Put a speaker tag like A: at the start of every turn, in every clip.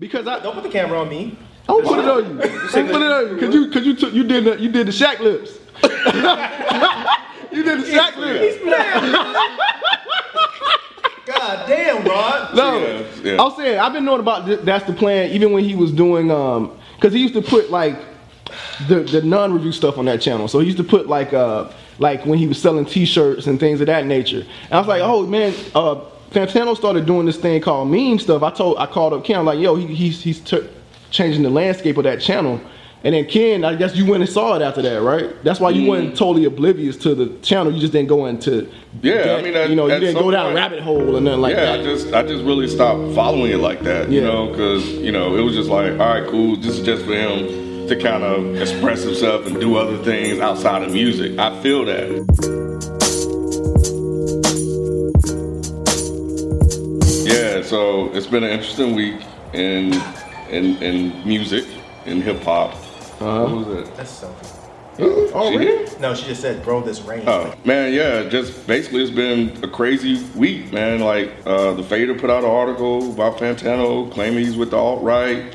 A: Because I
B: Don't put the camera on me.
A: I'm put it on you. I'm put it on you. Cause you cause you took you did the you did the Shaq lips. you did the Shaq lips.
B: God damn, Rod.
A: No,
C: Yeah, yeah.
A: I'm saying I've been knowing about th- that's the plan. Even when he was doing um, cause he used to put like the the non-review stuff on that channel. So he used to put like uh like when he was selling T-shirts and things of that nature. And I was like, oh man, uh, Fantano started doing this thing called meme stuff. I told I called up Ken. I'm like, yo, he, he's he's t- changing the landscape of that channel. And then Ken, I guess you went and saw it after that, right? That's why you
C: Mm-hmm.
A: weren't totally oblivious to the channel. You just didn't go into
C: Yeah, I
A: that-
C: mean, at-
A: you know, you
C: at
A: didn't
C: some
A: go down
C: point-
A: rabbit hole or nothing like
C: yeah,
A: that.
C: I just I just really stopped following it like that, you
A: Yeah.
C: know, because you know it was just like, all right, cool. This is just for him to kind of express himself and do other things outside of music. I feel that. Yeah, so it's been an interesting week in in in music in hip hop. What was it?
B: That's Sophie.
C: Oh,
B: No, she just said, bro, this rain.
C: Oh man, yeah, just basically it's been a crazy week, man. Like uh, the Fader put out an article about Fantano claiming he's with the alt right,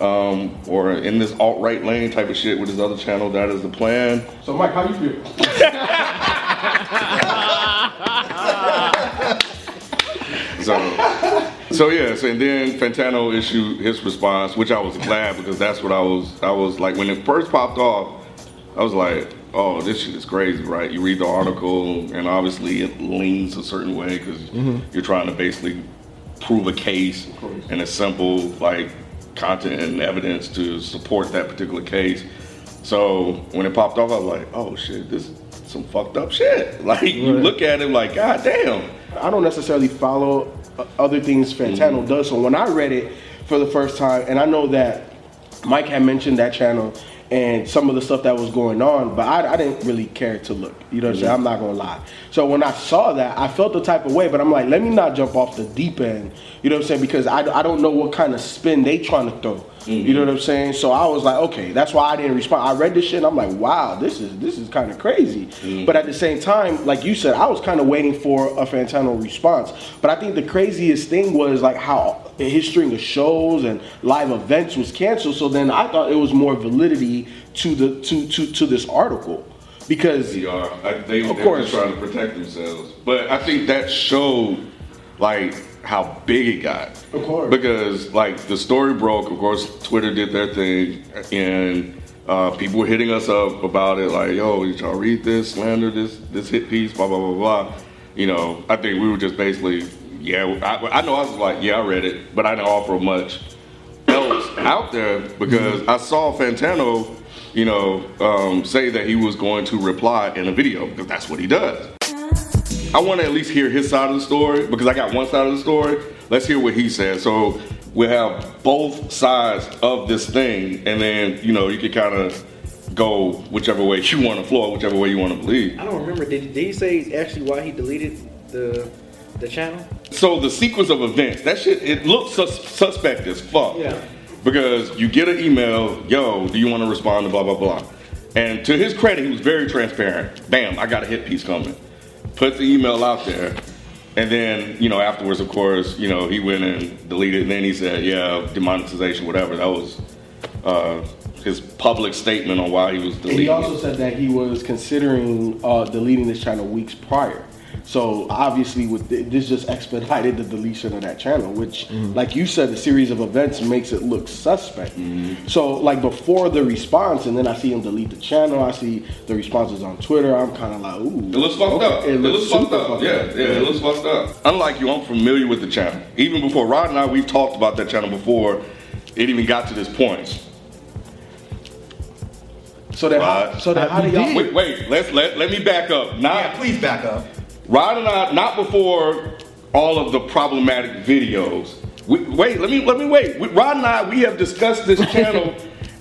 C: um, or in this alt right lane type of shit with his other channel. That is the plan.
A: So Mike, how you feel?
C: So, so yeah. So and then Fantano issued his response, which I was glad because that's what I was. I was like when it first popped off, I was like, oh, this shit is crazy, right? You read the article, and obviously it leans a certain way because you're trying to basically prove a case and a simple like content and evidence to support that particular case. So when it popped off, I was like, oh shit, this is some fucked up shit. Like you
D: Right.
C: look at it like, god damn.
D: I don't necessarily follow uh, other things Fantano does. So when I read it for the first time, and I know that Mike had mentioned that channel and some of the stuff that was going on, but I, I didn't really care to look. You know what I'm saying? I'm not gonna lie. So when I saw that, I felt the type of way, but I'm like, let me not jump off the deep end. You know what I'm saying? Because I, I don't know what kind of spin they trying to throw. You know what I'm saying? So I was like, okay, that's why I didn't respond. I read this shit and I'm like, wow, this is this is kind of crazy. But at the same time, like you said, I was kind of waiting for a Fantano response. But I think the craziest thing was like how his string of shows and live events was canceled. So then I thought it was more validity to the to to to this article because
C: They are. I, they,
D: Of
C: they're
D: course.
C: just trying to protect themselves. But I think that showed, like, how big it got.
D: Of course.
C: Because, like, the story broke. Of course, Twitter did their thing. And uh, people were hitting us up about it, like, yo, did y'all read this, slander this, this hit piece, blah, blah, blah, blah. You know, I think we were just basically, yeah, I, I know I was like, yeah, I read it, but I didn't offer much else out there because I saw Fantano, you know, um, say that he was going to reply in a video because that's what he does. I want to at least hear his side of the story because I got one side of the story. Let's hear what he says. So we have both sides of this thing, and then you know you can kind of go whichever way you want to flow, whichever way you want to believe.
E: I don't remember. Did, did he say actually why he deleted the the channel?
C: So the sequence of events, that shit, it looks sus- suspect as fuck.
E: Yeah.
C: Because you get an email, yo, do you want to respond to blah blah blah, and to his credit, he was very transparent. Bam, I got a hit piece coming. Put the email out there, and then you know afterwards, of course, you know he went and deleted. And then he said, yeah, demonetization, whatever. That was uh, his public statement on why he was
D: And
C: deleting.
D: he
C: it.
D: also said that he was considering uh, deleting this channel weeks prior. So obviously, with th- this just expedited the deletion of that channel, which,
C: Mm-hmm.
D: like you said, the series of events makes it look suspect.
C: Mm-hmm.
D: So like before the response, and then I see him delete the channel. I see the responses on Twitter. I'm kind of like, ooh,
C: It looks fucked
D: okay,
C: up. It looks, fucked
D: super
C: up. yeah, yeah, it looks fucked up. Unlike you, I'm familiar with the channel. Even before Rod and I, we've talked about that channel before. It even got to this point.
D: So then, how,
C: Right.
D: so then, how do y'all?
C: Wait, wait. Let's let let me back up. Not
B: Yeah, please back up.
C: Rod and I, not before all of the problematic videos. We, wait, let me let me wait. We, Rod and I, we have discussed this channel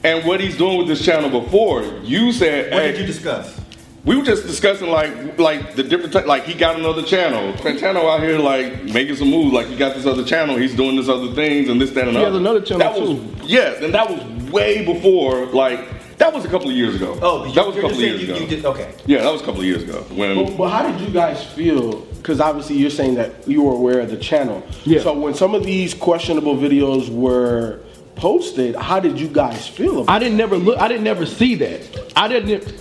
C: and what he's doing with this channel before. You said,
B: What
C: hey,
B: did you discuss?
C: We were just discussing like like the different type, like he got another channel. Fantano out here like making some moves. Like he got this other channel. He's doing this other things and this that
A: He
C: and
A: has
C: other.
A: another channel,
C: That was-
A: too.
C: Yes, and that was way before. Like that was a couple of years ago.
B: Oh,
C: that was a
B: you're
C: couple
B: just
C: of
B: saying
C: years
B: you,
C: ago.
B: you did, okay.
C: yeah, that was a couple of years ago when
D: But, but how did you guys feel because obviously you're saying that you were aware of the channel.
A: Yeah.
D: So when some of these questionable videos were posted, how did you guys feel about?
A: I didn't never look. I didn't never see that. I didn't.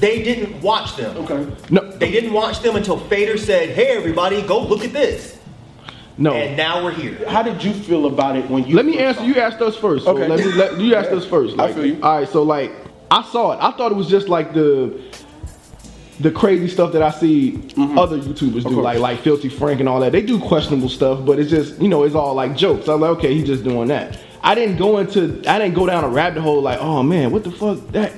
B: They didn't watch them.
D: okay.
A: No,
B: They didn't watch them until Fader said, "Hey, everybody, go look at this." And
A: no.
B: now we're here.
D: How did you feel about it when you?
A: Let me
D: first
A: answer. You asked us first. So
D: Okay.
A: Let me, let, you asked us first.
D: I feel you.
A: All right. So like, I saw it. I thought it was just like the the crazy stuff that I see other YouTubers do,
D: course.
A: like like Filthy Frank and all that. They do questionable stuff, but it's just you know it's all like jokes. I'm like, okay, he's just doing that. I didn't go into I didn't go down a rabbit hole like, oh man, what the fuck that.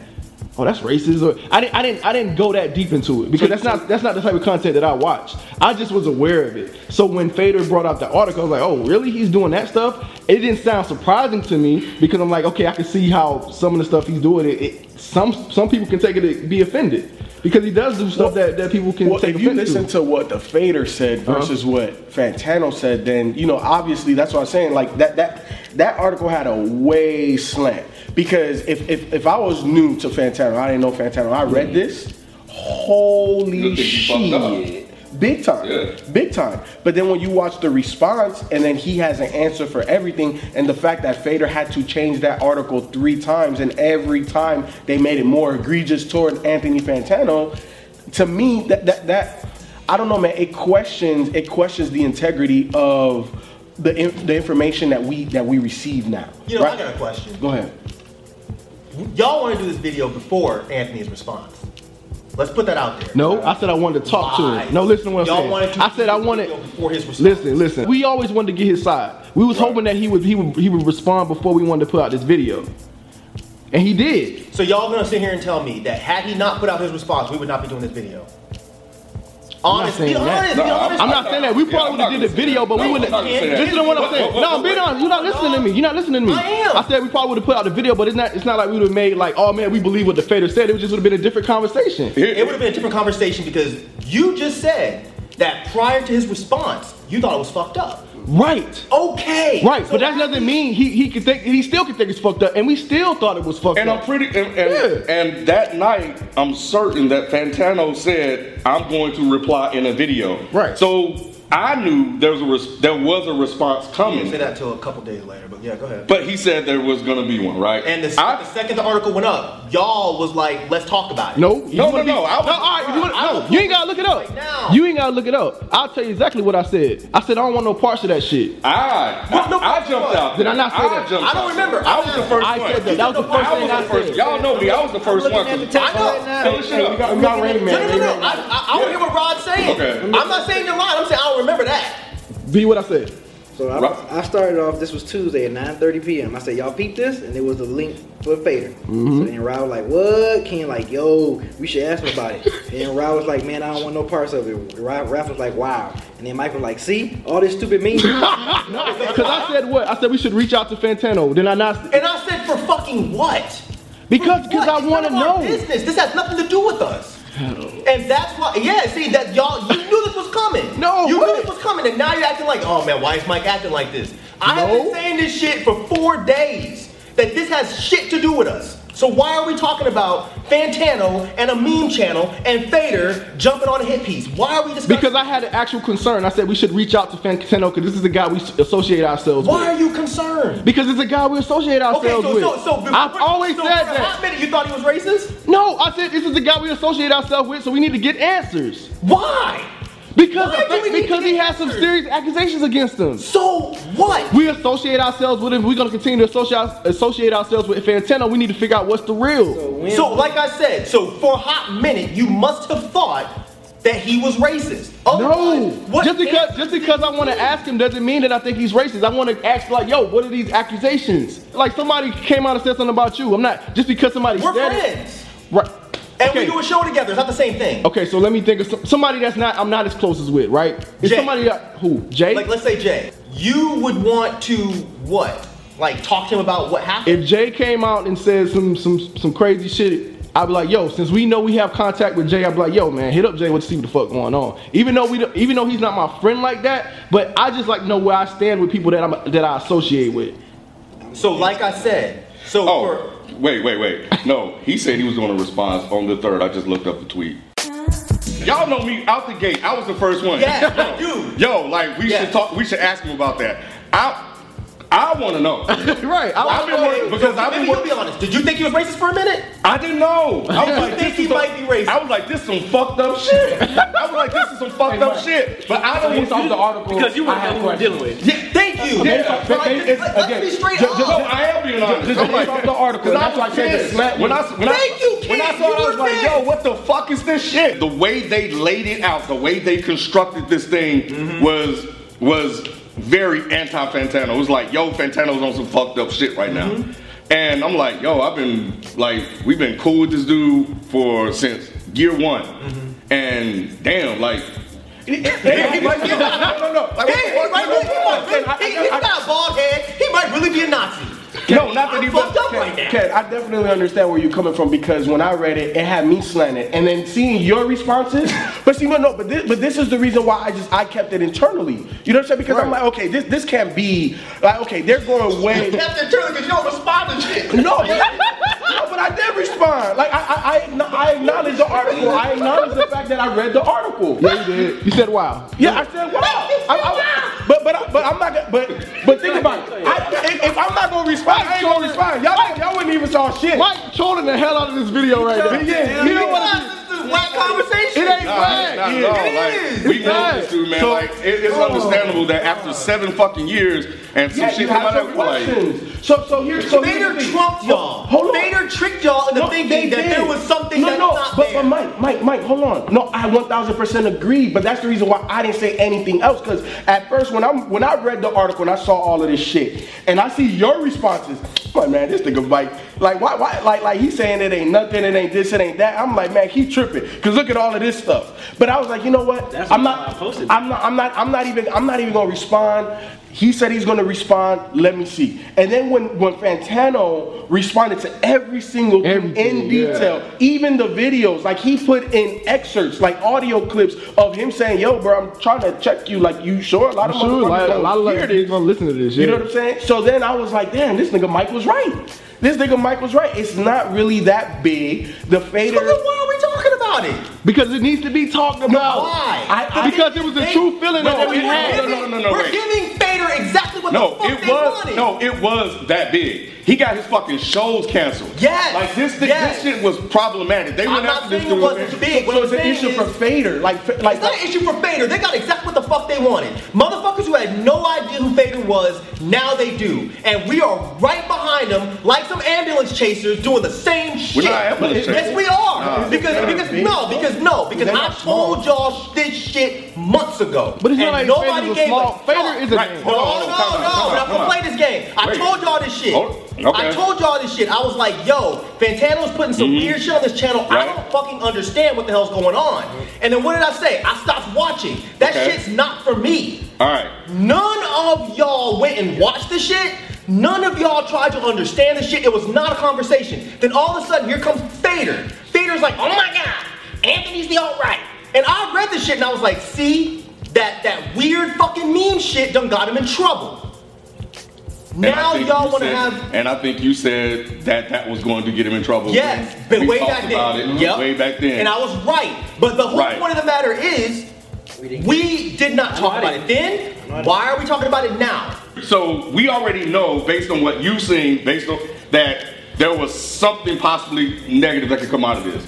A: Oh, that's racist. Or I didn't, I didn't, I didn't go that deep into it because that's not, that's not the type of content that I watched. I just was aware of it. So when Fader brought out the article, I was like, oh, really? He's doing that stuff? It didn't sound surprising to me because I'm like, okay, I can see how some of the stuff he's doing. It, it some, some people can take it and be offended because he does do stuff that, that people can
D: Well,
A: take
D: if you
A: offense
D: listen
A: to. Uh-huh.
D: to what the fader said versus what Fantano said, then you know obviously that's what I'm saying. Like that that that article had a way slant because if if, if I was new to Fantano, I didn't know Fantano. I
A: Mm.
D: read this,
C: You'll
D: holy
C: think you fucked up.
D: shit. Big time,
C: Yeah.
D: big time. But then when you watch the response, and then he has an answer for everything, and the fact that Fader had to change that article three times, and every time they made it more egregious toward Anthony Fantano, to me that that that I don't know, man. It questions it questions the integrity of the in, the information that we that we receive now.
B: You know, I
D: right?
B: got a question.
D: Go ahead.
B: Y'all want to do this video before Anthony's response? Let's put that out there.
A: No, I said I wanted to talk to
B: Lies.
A: him. No, listen to what
B: Y'all
A: I'm
B: wanted
A: saying.
B: to
A: I said I
B: do the
A: wanted.
B: video before his response.
A: Listen, listen. We always wanted to get his side. We was hoping that he would he would he would respond before we wanted to put out this video, and he did.
B: So y'all gonna sit here and tell me that had he not put out his response, we would not be doing this video? Honest, be
A: saying that.
B: honest,
C: No,
B: be honest.
A: I'm not saying that. We probably would have did the video, but we wouldn't.
B: I'm not saying that.
A: Listen to what I'm saying. No, I'm being honest. You're not listening to me. You're not listening to me.
B: I am.
A: said we probably would have put out the video, but it's not. It's not like we would have made like, oh man, we believe what the Fader said. It just would have been a different conversation.
B: It would have been a different conversation because you just said that prior to his response, you thought it was fucked up.
A: Right.
B: Okay.
A: Right,
B: So
A: but that
B: had
A: doesn't mean he he could think he still could think it's fucked up, and we still thought it was fucked
C: And I'm
A: up.
C: pretty, and, and,
A: Yeah.
C: and that night, I'm certain that Fantano said, "I'm going to reply in a video."
A: Right.
C: So I knew there was a res- there was a response
B: He
C: coming,
B: didn't say that till a couple days later, but yeah, go ahead.
C: but he said there was going to be one, right?
B: and the,
C: I,
B: the second the article went up, y'all was like, "Let's talk about it."
A: No, you
C: No, no,
A: wanna be-
C: no, I was-
A: no, all right, you, wanna-
B: I
A: no,
B: was-
A: you ain't gotta look it
B: Right
A: up.
B: now.
A: you ain't gotta look it up. I'll tell you exactly what I said. I said I don't want no parts of that shit.
C: I,
B: No, no,
C: I jumped
B: what?
C: out.
A: Did I not say that?
C: jumped
B: I don't
C: out.
B: remember.
C: I was the first
A: I
C: one.
A: said that. That was the first
C: I
A: thing
C: was
A: I
C: the first.
A: said.
C: Y'all know me. I was the first one.
E: looking at the text
B: I know.
E: right now.
C: Fill this shit
D: We
C: up.
D: got, we got Rain Man.
B: No, no, no,
D: Rain
B: no.
D: Man.
B: I, I, I don't hear what Rod's saying.
C: Okay.
B: I'm not saying to Rod. I'm saying I don't remember that.
A: Be what I said.
E: So
C: Right.
E: I, I started off. This was Tuesday at 9:30 p.m. I said, "Y'all peep this," and it was the link for Fader.
C: Mm-hmm.
E: So then Rod was like, "What?" Ken like, "Yo, we should ask him about it." and Rod was like, "Man, I don't want no parts of it." Rod, Ralph was like, "Wow." And then Mike was like, "See, all this stupid memes."
A: Cause I said what? I said we should reach out to Fantano. Then I not
B: And I said, "For fucking what?"
A: because
B: What?
A: because
B: It's
A: I want to
B: none of our
A: know.
B: Business. This has nothing to do with us. And that's why, yeah. See that y'all, you knew this was coming.
A: No,
B: you knew
A: what?
B: this was coming, and now you're acting like, oh man, why is Mike acting like this? I have been
A: No.
B: saying this shit for four days. That this has shit to do with us. So why are we talking about Fantano and a meme channel and Fader jumping on a hit piece? Why are we discussing?
A: Because I had an actual concern. I said we should reach out to Fantano because this is the guy we s- associate ourselves
B: why
A: with.
B: are you concerned?
A: Because it's a guy we associate
B: Okay,
A: ourselves
B: so
A: with.
B: so so.
A: I've always
B: so
A: said
B: for a
A: that.
B: hot minute, you thought he was racist.
A: No, I said this is the guy we associate ourselves with, so we need to get answers.
B: Why?
A: Because
B: Why do we need to
A: because he
B: get
A: has some
B: answers?
A: serious accusations against him.
B: So what?
A: We associate ourselves with him. We're gonna continue to associate associate ourselves with Fantano. We need to figure out what's the real.
B: So, like I said, so for a hot minute, you must have thought that he was racist.
A: No,
B: Otherwise, what
A: just because
B: is-
A: just because I want to ask him doesn't mean that I think he's racist. I want to ask like, yo, what are these accusations? Like somebody came out and said something about you. I'm not just because somebody
B: we're
A: said it.
B: friends
A: Right.
B: and
A: okay.
B: we do a show together. It's not the same thing.
A: okay, so let me think of some, somebody that's not I'm not as close as with, right? Is
B: Jay.
A: somebody that- who Jay?
B: Like, let's say Jay, you would want to what? Like, talk to him about what happened.
A: if Jay came out and said some some some crazy shit, I'd be like, yo, since we know we have contact with Jay, I'd be like, yo, man, hit up Jay to see what the fuck going on. Even though we, don't- even though he's not my friend like that, but I just like know where I stand with people that I'm that I associate with.
B: so, like I said, so for,
C: Oh, wait, wait, wait. No, he said he was going to respond on the third. I just looked up the tweet. Y'all know me out the gate. I was the first one.
B: Yeah,
C: Yo,
B: you.
C: Yo, like we
B: Yeah.
C: should talk. We should ask him about that. I, I want to know.
A: right. I,
C: I've been working because I've been
B: Maybe you'll
C: working.
B: be honest. Did you think he was racist for a minute?
C: I didn't know. I was like,
B: You
C: this
B: think he
C: is some-
B: might be racist?
C: I was like, this is some fucked up shit. I was like, this is some fucked up
F: Mike.
C: shit. But I don't
F: Based off
C: want
F: the article,
G: Because you were
F: I
G: the
F: had
G: one we were
F: questions.
G: dealing with.
B: Yeah, thank you.
C: Yeah.
B: Like, let's-
F: it's-
B: let's
F: again,
B: be straight Oh,
F: ju- ju-
C: No,
B: up.
C: I am being honest.
F: Just
C: I'm
F: based
C: like,
F: off the article,
C: Because
F: that's why I said
C: pissed.
F: that slap me.
C: When I, when
B: Thank
C: I,
B: you, kid.
C: When I saw it,
B: You
C: I was
B: were
C: like, yo,
B: pissed.
C: what the fuck is this shit? The way they laid it out, the way they constructed this thing was was very anti-Fantano. It was like, yo, Fantano's on some fucked up shit right now. And I'm like, yo, I've been like, we've been cool with this dude for since year one. And damn, like,
B: Yeah, he might be a Nazi.
C: no, no, like,
B: Yeah, he
C: what-
B: might really- he might
C: Ken,
B: really-
C: I-
B: he- He's not a bald head. He might really be a Nazi.
C: no, not that
B: I'm
C: he
B: fucked up
C: was.
B: right now.
D: Ken, I definitely understand where you're coming from because when I read it, it had me slanted, and then seeing your responses. But see, no, no, but this, but this is the reason why I just I kept it internally. You know what I'm saying? Because I'm like, okay, this this can't be like, okay, they're going way.
B: You have to turn because you don't respond to shit.
D: No, but, no, but I did respond. Like I, I, I, acknow- I acknowledge the article. I acknowledge the fact that I read the article. Yeah,
A: you did. You said wow.
D: I said wow. I, I, but but I- but I'm not. gonna- But but think about it. I, if, if I'm not gonna respond, I ain't gonna respond. Y'all y'all wouldn't even saw shit.
A: Mike trolling the hell out of this video right now.
D: Yeah,
A: You
D: yeah.
A: know what?
B: This is whack conversation.
A: It ain't
C: Nah,
A: whack.
C: not at
B: Yeah.
C: all.
B: It
C: Like,
B: is.
C: we
A: It's
C: know
A: not.
C: this dude, man.
A: So-
C: like, it- it's understandable that after seven fucking years and some
D: Yeah,
C: shit
D: you
C: come
D: have
C: out
D: some
C: of it, like,
D: questions. So so here's so here's
B: Vader
D: the thing.
B: trumped
D: No,
B: y'all.
D: Hold on.
B: Vader tricked y'all into
D: No,
B: thinking
D: they
B: that there
D: did.
B: was something
D: no,
B: that's
D: no,
B: not
D: but,
B: there.
D: but Mike, Mike, Mike, hold on. No, I 1,000% agree, but that's the reason why I didn't say anything else. Because at first, when I am when I read the article and I saw all of this shit, and I see your responses, come on, man, this nigga Mike, like why, why, like, like he's saying it ain't nothing, it ain't this, it ain't that. I'm like, man, he tripping. Because look at all of this stuff. But I was like, you know what?
G: That's
D: I'm
G: why
D: not,
G: I posted
D: I'm not, I'm not, I'm not even, I'm not even gonna respond. He said he's gonna respond. Let me see. And then when when Fantano responded to every single thing in
A: Everything, yeah.
D: detail, even the videos, like he put in excerpts, like audio clips of him saying, "Yo, bro, I'm trying to check you. Like, you sure? A lot
A: I'm
D: of
A: sure
D: motherfuckers
A: like, a
D: don't
A: lot of
D: hear
A: like,
D: this.
A: people gonna listen to this. Yeah.
D: You know what I'm saying? So then I was like, "Damn, this nigga Mike was right. This nigga Mike was right. It's not really that big. The
B: So
D: fader."
B: then why are we talking about it?
A: because it needs to be talked about.
B: Why?
A: Oh, I, I, because it was a
B: They-
A: true feeling
C: No,
A: that we
C: it-
A: had.
C: no, no, no, no,
B: We're
C: wait.
B: giving Vader exactly what
C: no,
B: the fuck
C: it
B: they
C: was,
B: wanted.
C: no, it was that big. He got his fucking shows canceled.
B: Yes,
C: Like, this thing,
B: yes.
C: this shit was problematic. They
B: I'm
C: went
B: not
C: after this
B: saying it
C: dude.
B: wasn't
C: man.
B: big. What
D: So
B: I'm
D: it's an
B: saying
D: issue
B: is-
D: for fader, like, fa- like
B: It's not an issue for Fader. They got exactly what the fuck they wanted. Motherfuckers who had no idea who Fader was, now they do. And we are right behind them, like some ambulance chasers doing the same shit.
C: not
B: Yes,
C: ambulance chasers.
B: we are.
C: Nah.
B: because because no, because no, because
D: They're
B: I
D: not small.
B: told y'all this shit months ago.
A: But it's not like
B: and nobody
A: Fader was
B: gave
A: small.
B: a
A: Fader is a
C: Right.
A: man.
C: Hold
B: no,
C: on,
B: no,
C: hold on,
B: no,
C: hold on,
B: we're not
C: hold
B: gonna
C: on.
B: play this game. I
C: Wait.
B: told y'all this shit.
C: Hold- okay.
B: I told y'all this shit. I was like, yo, Fantano's putting some weird shit on this channel. I
C: Mm-hmm. Right.
B: don't fucking understand what the hell's going on. And then what did I say? I stopped watching. That
C: Okay.
B: shit's not for me.
C: All right.
B: None of y'all went and watched the shit. None of y'all tried to understand the shit. It was not a conversation. Then all of a sudden, here comes Fader. Fader's like, oh my god, Anthony's the alright. And I read this shit and I was like, see, that that weird fucking meme shit done got him in trouble.
C: And I
B: Now
C: think
B: y'all
C: you
B: want to
C: said-
B: have
C: And I think you said that that was going to get him in trouble.
B: yes,
C: We-
B: but
C: we
B: way
C: talked
B: back
C: about
B: then.
C: it
B: Yep.
C: Way back then.
B: And I was right. But the whole
C: Right.
B: point of the matter is, we did not talk about it then. Why are we talking about it now?
C: So we already know, based on what you've seen, based on that there was something possibly negative that could come out of this.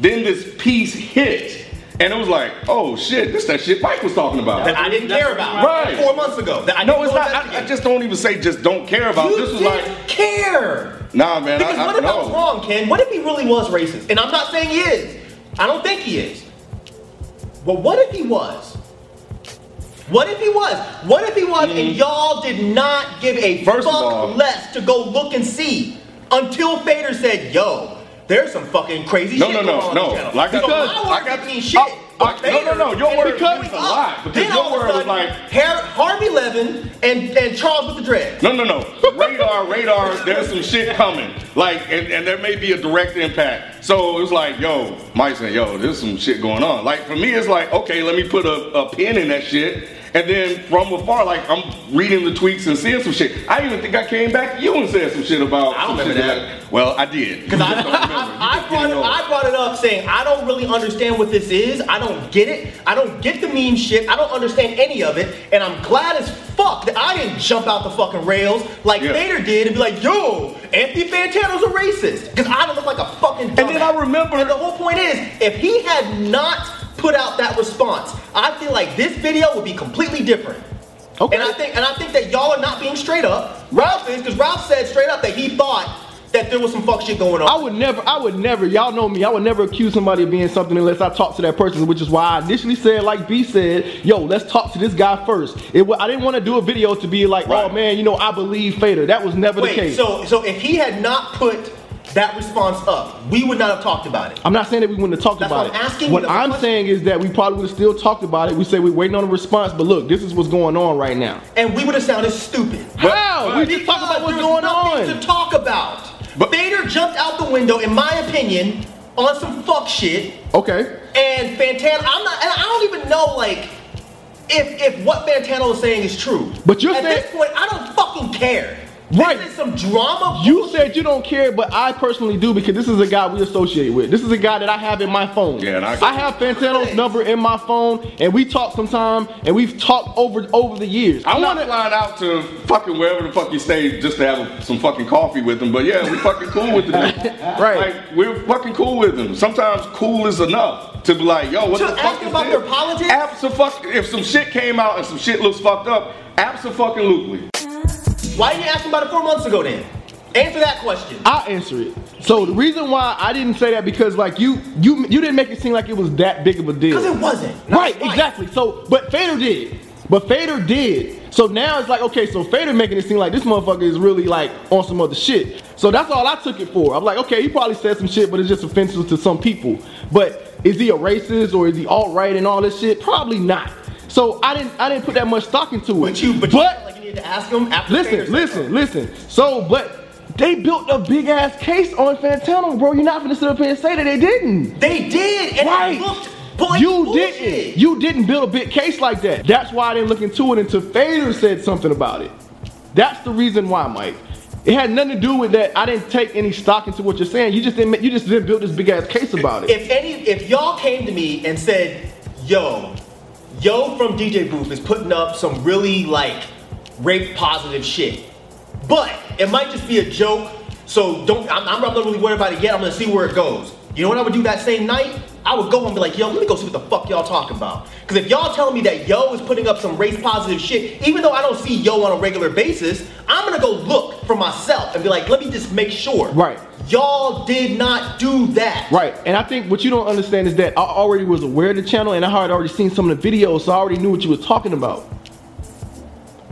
C: Then this piece hit, and it was like, oh shit, this that shit Mike was talking about.
B: that I didn't care about
C: Right.
B: four months ago. That I
C: no, it's
B: didn't
C: not. I, I
B: investigate.
C: just don't even say just don't care about.
B: you
C: this was
B: didn't
C: like,
B: care.
C: nah, man.
B: Because
C: I, I,
B: what if I
C: no.
B: was wrong, Ken? What if he really was racist? And I'm not saying he is. I don't think he is. But what if he was? What if he was? What if he was and y'all did not give a
C: Mm. First of
B: fuck
C: all-
B: less to go look and see until Fader said, yo, there's some fucking crazy
C: No,
B: shit going
C: no, no,
B: on in the
C: no.
B: channel.
C: Like I,
B: because my
C: I
B: word
C: got
B: didn't mean shit.
C: I,
B: but
C: I, no, no,
B: Fader's.
C: no. Your
B: And
C: word
B: because-
C: means a lot because
B: Then
C: your
B: all of a
C: word was
B: sudden,
C: like
B: Har- Harvey Levin and, and Charles with the dread.
C: No, no, no. Radar, radar. There's some shit coming. Like, and, and there may be a direct impact. So it was like, yo, Mike saying, yo, there's some shit going on. Like for me, it's like, okay, let me put a, a pin in that shit. And then from afar, like I'm reading the tweets and seeing some shit. I even think I came back to you and said some shit about.
B: I don't
C: some
B: remember
C: shit
B: that.
C: Well, I did.
B: Because I,
C: Just don't remember. You
B: I, I,
C: just
B: brought it,
C: didn't know.
B: I brought it up saying I don't really understand what this is. I don't get it. I don't get the meme shit. I don't understand any of it. And I'm glad as fuck that I didn't jump out the fucking rails like
C: Yeah.
B: Vader did and be like, yo, Anthony Fantano's a racist. Because I don't look like a fucking
C: And then I
B: dumbass.
C: remember-
B: And the whole point is, if he had not put out that response, I feel like this video would be completely different.
A: Okay.
B: And I think and I think that y'all are not being straight up. Ralph is because Ralph said straight up that he thought that there was some fuck shit going on.
A: I would never, I would never, y'all know me, I would never accuse somebody of being something unless I talk to that person, which is why I initially said, like B said, yo, let's talk to this guy first. It, wa- I didn't want to do a video to be like, oh
C: Right.
A: man, you know, I believe Fader. That was never the
B: Wait,
A: case.
B: so so if he had not put that response up, we would not have talked about it.
A: I'm not saying that we wouldn't have talked
B: That's
A: about
B: what
A: it.
B: I'm asking you
A: what
B: the
A: I'm
B: question.
A: saying is that we probably would have still talked about it. We say we're waiting on a response, but look, this is what's going on right now.
B: And we would have sounded stupid.
A: How? We just talked about what's
B: Because
A: going
B: there was nothing
A: on.
B: to talk about.
C: But-
B: Vader jumped out the window, in my opinion, on some fuck shit.
A: Okay.
B: And Fantano, I'm not. And I don't even know like if if what Fantano is saying is true.
A: But you're
B: at
A: saying-
B: this point, I don't fucking care.
A: Right.
B: This is some drama.
A: You said you don't care, but I personally do because this is a guy we associate with. This is a guy that I have in my phone.
C: Yeah, and I-
A: have Fantano's number in my phone, and we talk sometime, and we've talked over over the years.
C: I'm
A: want
C: not flying out to fucking wherever the fuck he stays just to have some fucking coffee with him. But yeah, we fucking cool with him.
A: Right.
C: Like, we're fucking cool with him. Sometimes cool is enough to be like, yo, what
B: To
C: the fuck
B: ask
C: is
B: about
C: this?
B: their politics?
C: Abso- fuck, if some shit came out and some shit looks fucked up, abso-fucking-lutely.
B: Why didn't you ask him about it four months ago then? Answer that question.
A: I'll answer it. So the reason why I didn't say that because like you you you didn't make it seem like it was that big of a deal.
B: Because it wasn't.
A: Right, exactly. So, but Fader did. But Fader did. So now it's like, okay, so Fader making it seem like this motherfucker is really like on some other shit. So that's all I took it for. I'm like, okay, he probably said some shit, but it's just offensive to some people. But is he a racist or is he alt right and all this shit? Probably not. So I didn't I didn't put that much stock into it.
B: But you, but, you felt like you need to ask him after
A: Listen,
B: Vader said
A: listen, listen. So, but they built a big ass case on Fantano, bro. You're not gonna sit up here and say that they didn't.
B: that. They did, and
A: Right.
B: it looked point
A: you
B: bullshit.
A: didn't. You didn't build a big case like that. That's why I didn't look into it until Fader said something about it. That's the reason why, Mike. It had nothing to do with that. I didn't take any stock into what you're saying. You just didn't. ma- You just didn't build this big ass case about it.
B: if any, if y'all came to me and said, "Yo, yo from DJ Booth is putting up some really like rape positive shit," but it might just be a joke. So don't. I'm, I'm not really worried about it yet. I'm gonna see where it goes. You know what I would do that same night? I would go and be like, "Yo, let me go see what the fuck y'all talking about." Because if y'all telling me that yo is putting up some race positive shit, even though I don't see yo on a regular basis, I'm gonna go look for myself and be like, "Let me just make sure."
A: Right.
B: Y'all did not do that.
A: Right, and I think what you don't understand is that I already was aware of the channel, and I had already seen some of the videos, so I already knew what you was talking about.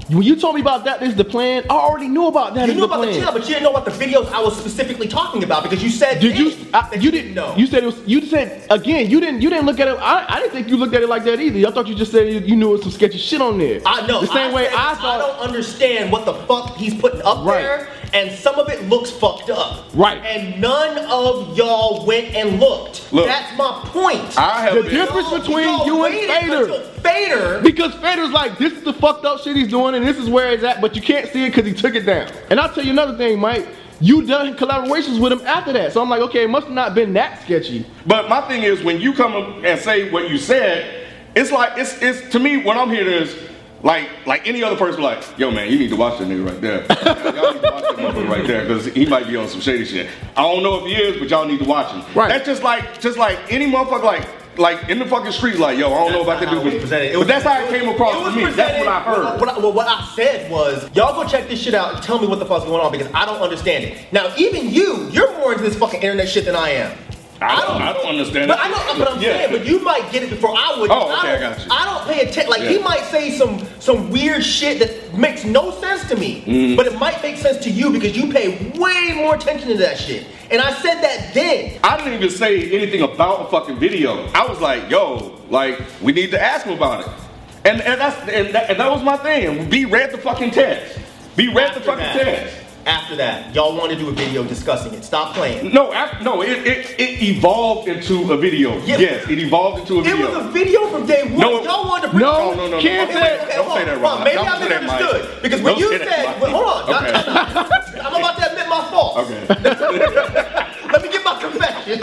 A: When you told me about that, this is the plan. I already knew about that.
B: You
A: is
B: knew
A: the
B: about
A: plan.
B: the channel, but you didn't know about the videos I was specifically talking about because you said
A: Did you?
B: then
A: I,
B: that
A: you didn't
B: know.
A: You said it was. You said again. You didn't. You didn't look at it. I, I didn't think you looked at it like that either. I thought you just said you, you knew it was some sketchy shit on there.
B: I know.
A: The same way
B: said,
A: I
B: I don't
A: thought.
B: understand what the fuck he's putting up
A: Right.
B: there, and some of it looks fucked up.
A: Right.
B: And none of y'all went and looked.
C: Look.
B: That's my point.
C: I have
A: The
C: been-
A: difference-
B: Y'all-
A: between
B: y'all
A: you and
B: waited
A: Fader.
B: until Fader.
A: because Fader's like, this is the fucked up shit he's doing, and this is where it's at, but you can't see it because he took it down. And I'll tell you another thing, Mike. You done collaborations with him after that, so I'm like, okay, it must have not been that sketchy.
C: But my thing is, when you come up and say what you said, it's like it's it's to me what I'm hearing is like like any other person, like yo man, you need to watch that nigga right there. y'all need to watch that motherfucker right there because he might be on some shady shit. I don't know if he is, but y'all need to watch him.
A: Right.
C: That's just like just like any motherfucker like. Like in the fucking street, like yo, I don't know about that
B: That's not how
C: dude,
B: it was
C: but,
B: presented. It
C: but
B: was-
C: that's how it came across
B: It
C: to
B: was
C: me. That's what I heard.
B: What I, well, what I said was, y'all go check this shit out and tell me what the fuck's going on because I don't understand it. Now, even you, you're more into this fucking internet shit than I am.
C: I don't- I don't understand
B: But
C: it.
B: I know, but I'm
C: Yeah.
B: saying, but you might get it before I would.
C: Oh,
B: I
C: okay, I
B: don't-
C: got you.
B: I don't pay attention. Like he
C: Yeah.
B: might say some some weird shit that makes no sense to me,
C: Mm-hmm.
B: but it might make sense to you because you pay way more attention to that shit. And I said that then.
C: I didn't even say anything about a fucking video. I was like, yo, like, we need to ask him about it. And and that's and that, and that was my thing. B read the fucking text. B read the
B: After
C: fucking
B: that.
C: text.
B: after that, y'all want to do a video discussing it. Stop playing.
C: No, I, no, it, it, it evolved into a video.
B: Yeah.
C: Yes, it evolved into a
B: It
C: video.
B: was a video from day one.
C: No, it-
B: y'all wanted to bring
A: no,
C: no, no, no,
A: Can't
C: no.
A: say-
C: Don't say, don't say that, Ron.
B: Maybe
C: Don't
B: I
C: say that, Mike.
B: misunderstood. because when
C: Don't
B: you
C: say
B: said,
C: that, Mike.
B: well, hold on,
C: Okay.
B: I'm about to admit my fault.
C: Okay.
B: Let me get my confessions.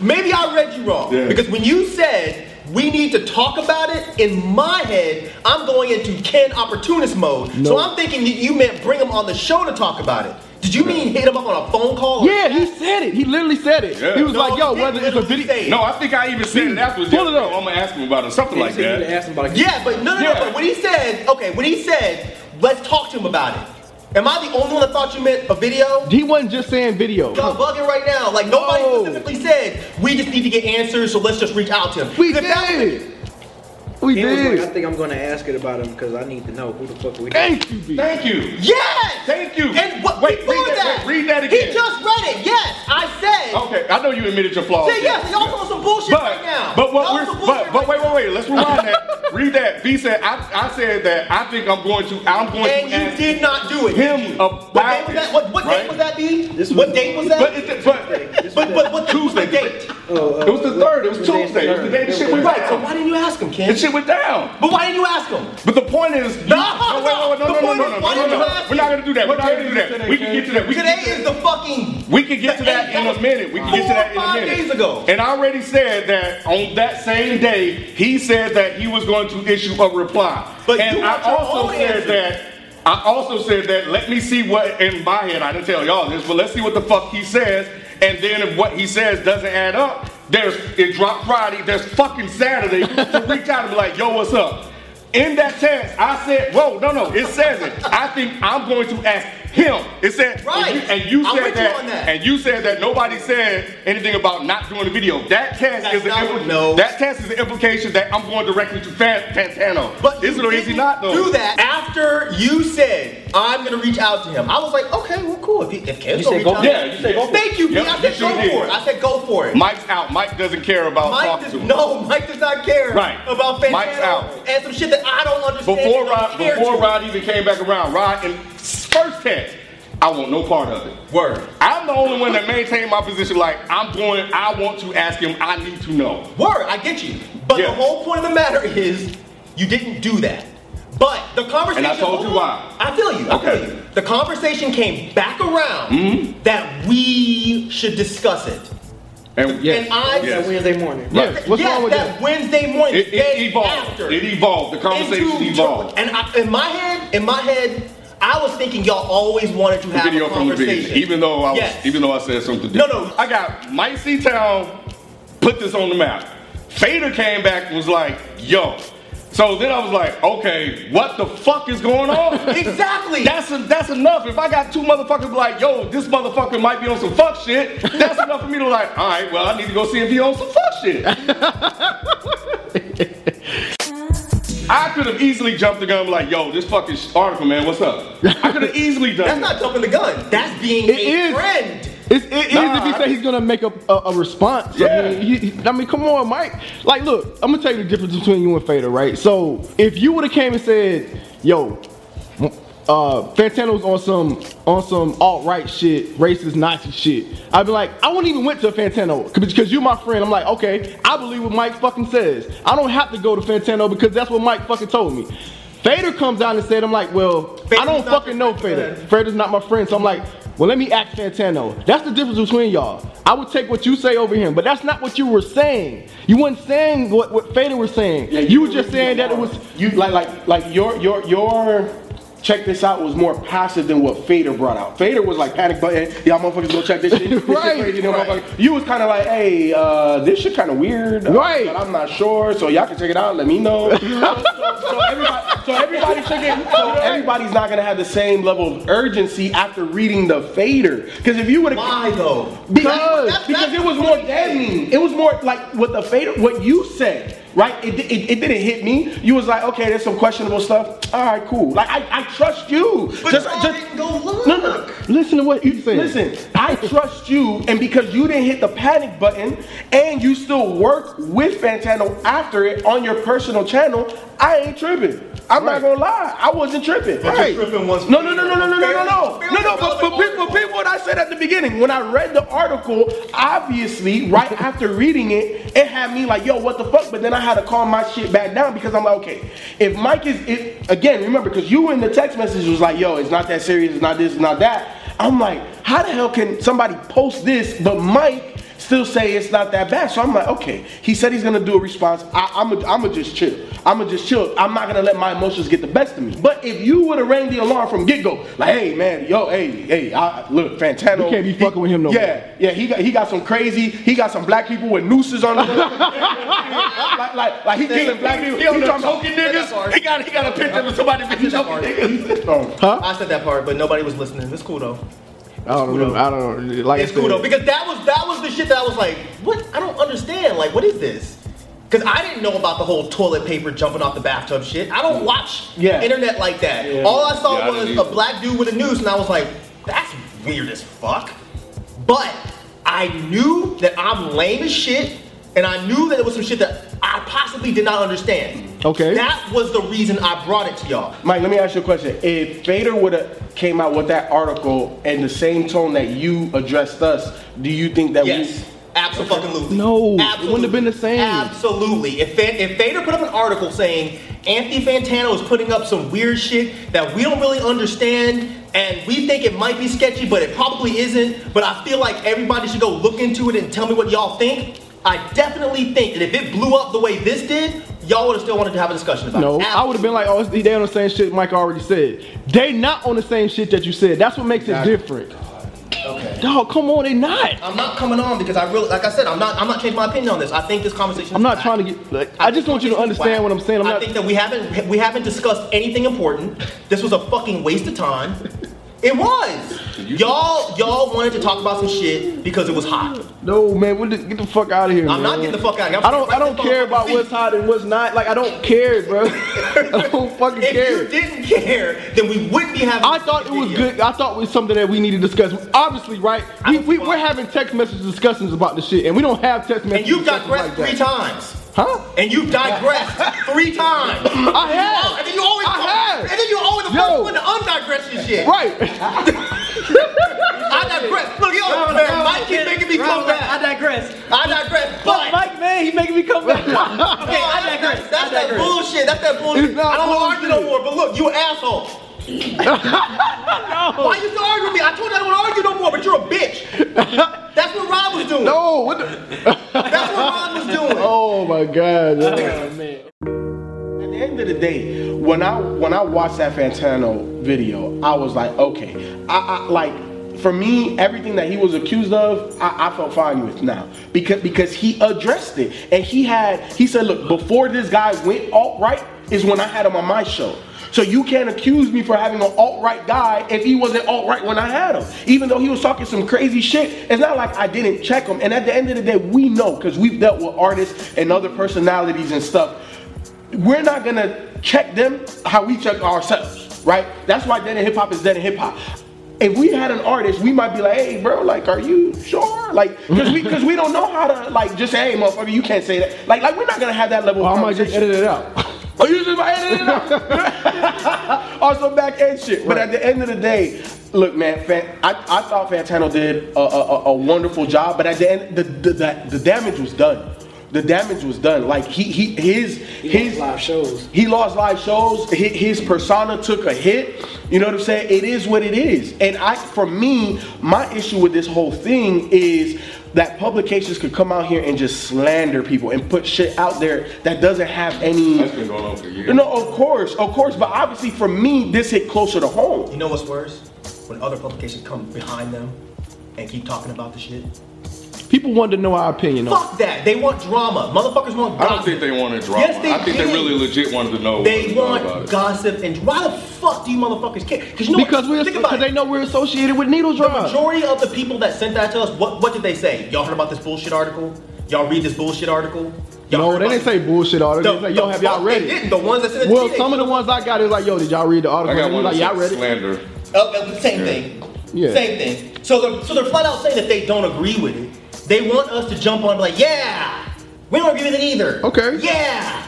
B: Maybe I read you wrong.
C: Yeah.
B: Because when you said we need to talk about it, in my head, I'm going into Ken opportunist mode. So I'm thinking that you meant bring him on the show to talk about it. Did you mean hit him up on a phone call?
A: Yeah, he said it. He literally said it.
C: Yeah.
A: He was
B: No,
A: like, yo,
B: he
A: whether it's a
B: literally
A: video.
B: said it.
C: no, I think I even said it afterwards.
A: Pull it up.
C: I'm gonna ask him about it, something like
E: You
C: that.
E: need to ask somebody.
B: Yeah, but no, no,
C: Yeah.
B: no. But when he said, okay, when he said, let's talk to him about it. Am I the only one that thought you meant a video?
A: He wasn't just saying video.
B: Y'all bugging right now. Like nobody
A: No.
B: specifically said we just need to get answers, so let's just reach out to him.
A: We
B: If that was-
A: did. We
E: Ken was like, I
A: did.
E: think I'm gonna ask it about him because I need to know who the fuck we.
A: Thank you, B.
C: Thank you.
B: Yes.
C: Thank you.
B: And what
C: Wait,
B: before
C: read that-
B: that,
C: wait, read that
B: He
C: again.
B: just read it. Yes, I said.
C: Okay, I know you admitted your flaws.
B: Say yes. Y'all on some bullshit
C: But,
B: right now.
C: but what
B: Y'all
C: we're
B: some
C: but,
B: bullshit
C: but
B: right
C: wait wait wait let's rewind that read that B said I, I said that I think I'm going to I'm
B: now.
C: going
B: And
C: to
B: you
C: ask
B: did not do it.
C: him
B: did you?
C: about
B: What day was that? What, what
C: right?
B: date was that? Be
E: This
B: what
E: was-
B: date was that?
C: But it, but
E: This
B: but,
E: was-
B: but what the,
C: Tuesday.
B: The date.
E: Oh, uh,
C: it was the third. It was
E: Tuesday's
C: Tuesday. It was the day the
E: third.
C: shit went
B: Right. So why
C: down.
B: didn't you ask him, Ken?
C: The shit went down.
B: But why didn't you ask him?
C: But the point is,
B: No,
C: wait, wait,
B: the
C: wait, no, no, no,
B: point
C: no,
B: is,
C: no,
B: why
C: no,
B: did
C: no,
B: you
C: no.
B: ask
C: We're not gonna do that. We're not gonna do that. We can get to that. We can
B: Today
C: get to
B: is the fucking.
C: We can get to that in a minute. We can get to that in
B: Four or
C: a
B: five
C: minute.
B: days ago.
C: And I already said that on that same day, he said that he was going to issue a reply.
B: But
C: and
B: you
C: I
B: want your
C: also
B: own
C: said
B: answer.
C: that. I also said that. Let me see what in my head. I didn't tell y'all this, but let's see what the fuck he says. And then if what he says doesn't add up, there's it dropped Friday. There's fucking Saturday to reach out and be like, yo, what's up? In that text, I said, whoa, no, no, it says it. I think I'm going to ask him. It said,
B: Right.
C: and you, and you
B: I'm
C: said
B: with you
C: that,
B: on that.
C: and you said that nobody said anything about not doing the video. That test
B: That's
C: is the
B: not
C: impl-
B: what- no.
C: that test is the implication that I'm going directly to Fan- Fantano.
B: But
C: is it
B: you
C: or is he
B: didn't
C: not though?
B: Do that after you said I'm gonna reach out to him. I was like, okay, well, cool. If, he, if Ken's
E: You
B: gonna reach
E: said go-
B: out,
C: yeah,
B: to
C: you
B: him.
C: said go for
B: Thank you,
C: it.
B: B. I
C: Yep,
B: said
C: you sure
B: go
C: did.
B: for it. I said go for it.
C: Mike's out. Mike doesn't care about
B: Mike
C: talking
B: does,
C: to him.
B: no, Mike does not care
C: Right.
B: about Fantano
C: Mike's out.
B: and some shit that I don't understand.
C: Before
B: and don't
C: Rod,
B: care
C: before
B: to.
C: Rod even came back around, Rod in first test, I want no part of it.
B: Word.
C: I'm the only one that maintained my position. Like I'm going, I want to ask him. I need to know.
B: Word, I get you. But
C: Yeah.
B: the whole point of the matter is you didn't do that. But the conversation.
C: And I told
B: hold
C: you
B: on.
C: why.
B: I feel you. I
C: Okay. Mm-hmm.
B: feel you. The conversation came back around that we should discuss it.
C: And
A: Yes.
B: And I
C: Yes.
E: That Wednesday morning.
A: Yes. What's
B: yes,
A: wrong with
B: that
A: that?
B: Wednesday morning,
C: It,
B: day
C: it evolved.
B: after.
C: It evolved. The conversation
B: into-
C: evolved.
B: And I, in my head, in my head, I was thinking y'all always wanted to
C: The
B: have
C: video
B: a
C: from the
B: conversation.
C: beginning, even though I was,
B: Yes.
C: even though I said something.
B: No,
C: Different.
B: no.
C: I got Micey Town put this on the map. Fader came back and was like, "Yo." So then I was like, "Okay, what the fuck is going on?"
B: exactly.
C: That's that's enough. If I got two motherfuckers like, yo, this motherfucker might be on some fuck shit. That's enough for me to like, all right, well, I need to go see if he on some fuck shit. I could have easily jumped the gun, like, yo, this fucking sh- article, man, what's up? I could have easily done.
B: That's not
C: that.
B: jumping the gun. That's being
A: It
B: a
A: is.
B: friend.
A: It's, it is
C: Nah,
A: if he
C: I
A: said
C: mean-
A: he's gonna make a, a, a response.
C: Yeah.
A: I, mean, he- he- I mean, come on, Mike. Like, look, I'm gonna tell you the difference between you and Fader, right? So, if you would have came and said, "Yo, m- uh, Fantano's on some on some alt right shit, racist Nazi shit," I'd be like, "I wouldn't even went to Fantano because you're my friend." I'm like, "Okay, I believe what Mike fucking says. I don't have to go to Fantano because that's what Mike fucking told me." Fader comes out and said, "I'm like, well, I
B: Fader's
A: don't
B: not your
A: fucking know
B: friend.
A: Fader. Freda's not my friend, so I'm like, well, let me ask Fantano. That's the difference between y'all. I would take what you say over him, but that's not what you were saying. You weren't saying what, what Fader was saying.
D: Yeah,
A: you, were just saying that it was.
D: you like like like your your your check this out was more passive than what Fader brought out. Fader was like panic button, y'all motherfuckers go check this shit. This shit
A: Right,
D: crazy, them
A: right.
D: motherfuckers." You was kind of like, hey, uh, this shit kind of weird, uh,
A: Right.
D: But I'm not sure, so y'all can check it out. Let me know. so, so- so everybody, so everybody took it. So everybody's not gonna have the same level of urgency after reading the Fader, because if you would have
B: Why though?
D: because,
B: That's-
D: because
B: that's
D: it was
B: the
D: more
B: point.
D: deadening. It was more like what the fader, what you said, right? It, di- it, it didn't hit me. You was like, okay, there's some questionable stuff. All right, cool. Like I, I trust you.
B: But y'all didn't go look.
D: No, no, Listen to what you
A: Keep saying.
D: Listen, I trust you, and because you didn't hit the panic button, and you still work with Fantano after it on your personal channel, I ain't tripping. I'm
A: Right.
D: not gonna lie, I wasn't tripping.
B: But you're tripping once-
D: No, no, no, no, no, no, no, no, no,
B: Fairly-
D: no, no. But, but
B: fairly
D: people, people, what I said at the beginning, when I read the article, obviously, right after reading it, it had me like, yo, what the fuck? But then I had to calm my shit back down because I'm like, okay, if Mike is, if, again, remember, because you in the text message was like, yo, it's not that serious, it's not this, it's not that. I'm like, how the hell can somebody post this, but Mike still say it's not that bad. So I'm like, okay. He said he's gonna do a response. I, I'm gonna I'm just chill. I'm gonna just chill. I'm not gonna let my emotions get the best of me. But if you would have rang the alarm from get go, like, hey man, yo, hey, hey, I, look, Fantano,
A: You can't be fucking with him no more.
D: Yeah, yeah. He got he got some crazy. He got some black people with nooses on. Them. like, like like he killing black people. He
B: on them
D: talking about-
B: choking niggas. He
D: got he got a picture of somebody choking niggas.
B: I said that part, but nobody was listening. It's cool though.
A: I don't know. I don't know. Like I
B: It's cool
A: said,
B: though because that was that was the shit that I was like, what? I don't understand. Like, what is this? Because I didn't know about the whole toilet paper jumping off the bathtub shit. I don't watch
D: Yeah.
B: internet like that. All I saw
C: Yeah, I
B: was
C: didn't
B: a
C: either.
B: black dude with a noose, and I was like, that's weird as fuck. But I knew that I'm lame as shit, and I knew that it was some shit that I possibly did not understand.
A: Okay.
B: That was the reason I brought it to y'all.
D: Mike, let me ask you a question. If Fader would have came out with that article and the same tone that you addressed us, do you think that
B: Yes. Absolutely.
A: No, it wouldn't have been the same.
B: Absolutely. If Fan- if Fader put up an article saying Anthony Fantano is putting up some weird shit that we don't really understand and we think it might be sketchy, but it probably isn't, but I feel like everybody should go look into it and tell me what y'all think. I definitely think that if it blew up the way this did, y'all would have still wanted to have a discussion about
A: No,
B: it.
A: I would have been like, oh, it's- they on the same shit Mike already said. They not on the same shit that you said. That's what makes it different.
B: Okay.
A: Dog, come on, they not.
B: I'm not coming on because I really, like I said, I'm not, I'm not changing my opinion on this. I think this conversation.
A: I'm
B: is
A: not
B: whack.
A: trying to get. Like, I just want you to understand what I'm saying. I'm
B: I
A: not.
B: think that we haven't we haven't discussed anything important. This was a fucking waste of time. It was. Y'all y'all wanted to talk about some shit because it was hot.
A: No, man, what the, get the fuck out of here.
B: I'm not
A: man.
B: getting the fuck outta here. I'm
A: I don't.
B: right
A: I don't
B: the fuck
A: care
B: up.
A: about what's hot and what's not. Like, I don't care, bro. I don't fucking
B: If
A: care.
B: you didn't care, then we wouldn't be having.
A: I
B: this
A: thought it was
B: video.
A: good. I thought it was something that we need to discuss. Obviously, right?
B: I
A: We,
B: was
A: we,
B: wrong.
A: we're having text message discussions about this shit, and we don't have text
B: And
A: messages.
B: you've
A: like
B: digressed three
A: that.
B: times.
A: Huh?
B: And you've digressed three times.
A: I have.
B: And then you always
A: I have.
B: and then you always the
A: Yo.
B: first one to undigress your shit.
A: Right.
B: I digress. Look, you always man, Mike keep making me come
F: I
B: back.
F: digress.
B: I digress,
F: But
B: but
F: Mike, man, he making me come back. okay,
B: Okay,
F: I
B: that's-
F: digress.
B: That's
F: I
B: that
F: digress.
B: bullshit. That's that bullshit.
A: It's not
B: I don't wanna argue no
A: bullshit.
B: more. But look, you an asshole. Why you still arguing with me? I told you I don't want to argue no more. But you're a bitch. That's what Ron was doing.
A: No. Oh, What the?
B: That's what Ron was doing.
A: Oh my god.
D: At the end of the day, when I when I watched that Fantano video, I was like, okay, I, I like for me, everything that he was accused of, I, I felt fine with now because because he addressed it and he had he said, look, before this guy went alt right is when I had him on my show. So you can't accuse me for having an alt right guy if he wasn't alt right when I had him. Even though he was talking some crazy shit, it's not like I didn't check him. And at the end of the day, we know because we've dealt with artists and other personalities and stuff we're not gonna check them how we check ourselves, right? That's why dead in hip hop is dead in hip hop. If we had an artist, we might be like, "Hey, bro, like, are you sure?" Like, because we because we don't know how to like just say, "Hey, motherfucker, you can't say that." Like, like we're not gonna have that level.
A: Well,
D: of
A: I might just edit
D: conversation.
A: it out.
D: Oh, you just my editing up. also back end shit. But at the end of the day, look, man, Fan, I, I thought Fantano did a, a, a- a wonderful job, but at the end, the, the, the, the damage was done. The damage was done. Like he, he his his
E: lost live shows.
D: He lost live shows. His, his persona took a hit. You know what I'm saying? It is what it is. And I, for me, my issue with this whole thing is that publications could come out here and just slander people and put shit out there that doesn't have any.
C: That's been going on for years.
D: No, of course, of course, but obviously for me, this hit closer to home.
B: You know what's worse? When other publications come behind them and keep talking about the shit.
A: People wanted to know our opinion on. it.
B: Fuck that. They want drama. Motherfuckers want.
C: I
B: Gossip.
C: don't think they wanted drama.
B: Yes, they
C: I think they
B: did.
C: really legit wanted to know.
B: They
C: what was going on
B: want
C: about
B: gossip and why the fuck do you motherfuckers care? Because you know
A: Because
B: what?
A: we're
B: Think about
A: because
B: it.
A: they know we're associated with needle
B: The
A: drugs.
B: majority of the people that sent that to us, what, what did they say? Y'all heard about this bullshit article? Y'all read this bullshit article? Y'all
A: No,
B: heard
A: they
B: about
A: didn't
B: this-
A: say bullshit all. They just like, yo, have y'all
B: fuck
A: read
B: they
A: it?
B: didn't. The ones that sent it
A: Well,
B: to me,
A: some of the ones I got is like, yo, did y'all read the
C: it. I
A: article?
C: got
A: And we
C: one
A: like,
C: that
A: yeah, I read
C: said
A: it.
C: slander.
B: Oh, that's the same
C: Yeah.
B: thing.
A: Yeah.
B: Same thing. So they're, so they're flat out saying that they don't agree with it. They want us to jump on and be like, yeah, we don't agree with it either.
A: Okay.
B: Yeah.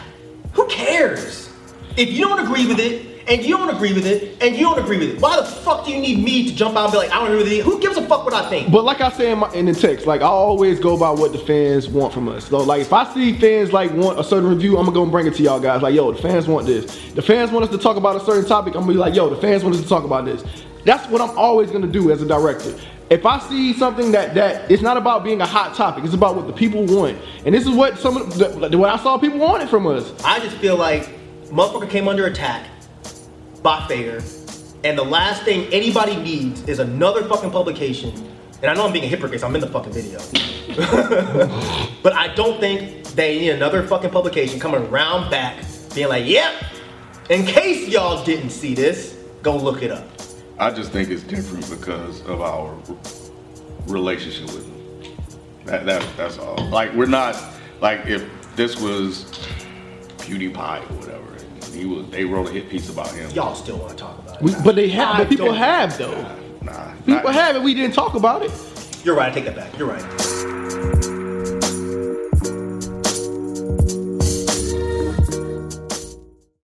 B: Who cares? If you don't agree with it, and you don't agree with it, and you don't agree with it, why the fuck do you need me to jump out and be like, I don't agree with it? Who gives a fuck what I think?
A: But like I say in, my, in the text, like I always go by what the fans want from us. So like if I see fans like want a certain review, I'm gonna go and bring it to y'all guys. Like yo, the fans want this. The fans want us to talk about a certain topic. I'm gonna be like yo, the fans want us to talk about this. That's what I'm always gonna do as a director. If I see something that that it's not about being a hot topic, it's about what the people want. And this is what some of the, the- what I saw people wanted from us.
B: I just feel like motherfucker came under attack by Fader, and the last thing anybody needs is another fucking publication. And I know I'm being a hypocrite, 'cause I'm in the fucking video. but I don't think they need another fucking publication coming round back, being like, yep, in case y'all didn't see this, go look it up.
C: I just think it's different because of our relationship with them. That, that that's all. Like we're not like if this was PewDiePie or whatever, and he was they wrote a hit piece about him.
B: Y'all still wanna talk about it.
A: We, but they have,
B: I
A: but people
B: don't-
A: have though.
C: Nah,
A: People
B: Mm,
C: not-
A: have it. We didn't talk about it.
B: You're right, I take that back. You're right.